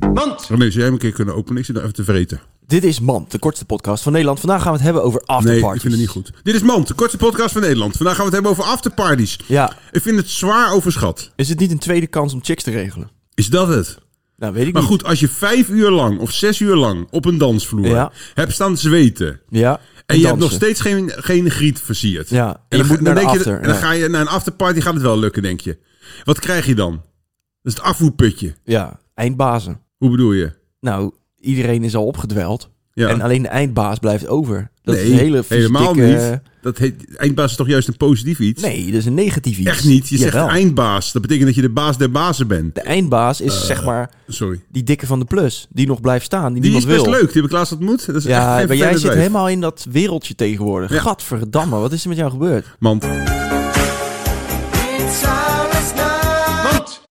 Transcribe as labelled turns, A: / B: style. A: Mand.
B: Daarmee zou jij hem een keer kunnen openen. Ik zit nou even te vreten.
A: Dit is Mand, de kortste podcast van Nederland. Vandaag gaan we het hebben over afterparties.
B: Nee, ik vind het niet goed. Dit is Mand, de kortste podcast van Nederland. Vandaag gaan we het hebben over afterparties.
A: Ja.
B: Ik vind het zwaar overschat.
A: Is het niet een tweede kans om chicks te regelen?
B: Is dat het?
A: Nou, weet ik
B: Maar
A: niet.
B: goed, als je vijf uur lang of zes uur lang op een dansvloer
A: Ja.
B: hebt staan zweten. En,
A: Ja. En,
B: je hebt nog
A: dansen.
B: steeds geen, geen griet versierd.
A: Ja, en je
B: dan
A: moet
B: ga-
A: naar
B: dan
A: de
B: denk je-
A: after,
B: En dan
A: ja.
B: ga je naar een afterparty, gaat het wel lukken, denk je. Wat krijg je dan? Dat is het afvoerputje.
A: Ja, eindbazen.
B: Hoe bedoel je?
A: Nou, iedereen is al opgedweld.
B: Ja.
A: En alleen de eindbaas blijft over. Dat is
B: Nee,
A: een hele vies
B: helemaal
A: dikke-
B: niet. Dat heet, eindbaas is toch juist een positief iets?
A: Nee, dat is een negatief iets.
B: Echt niet. Je zegt
A: Jawel.
B: eindbaas. Dat betekent dat je de baas der bazen bent.
A: De eindbaas is zeg maar
B: Sorry.
A: die dikke van de plus. Die nog blijft staan. Die,
B: Eh. Die is
A: niemand
B: best
A: wil.
B: leuk. Die heb ik laatst ontmoet. Dat is echt
A: Ja,
B: geen
A: maar jij
B: vervelend
A: zit
B: wijf.
A: helemaal in dat wereldje tegenwoordig.
B: Ja.
A: Gadverdamme, wat is er met jou gebeurd?
B: Mand.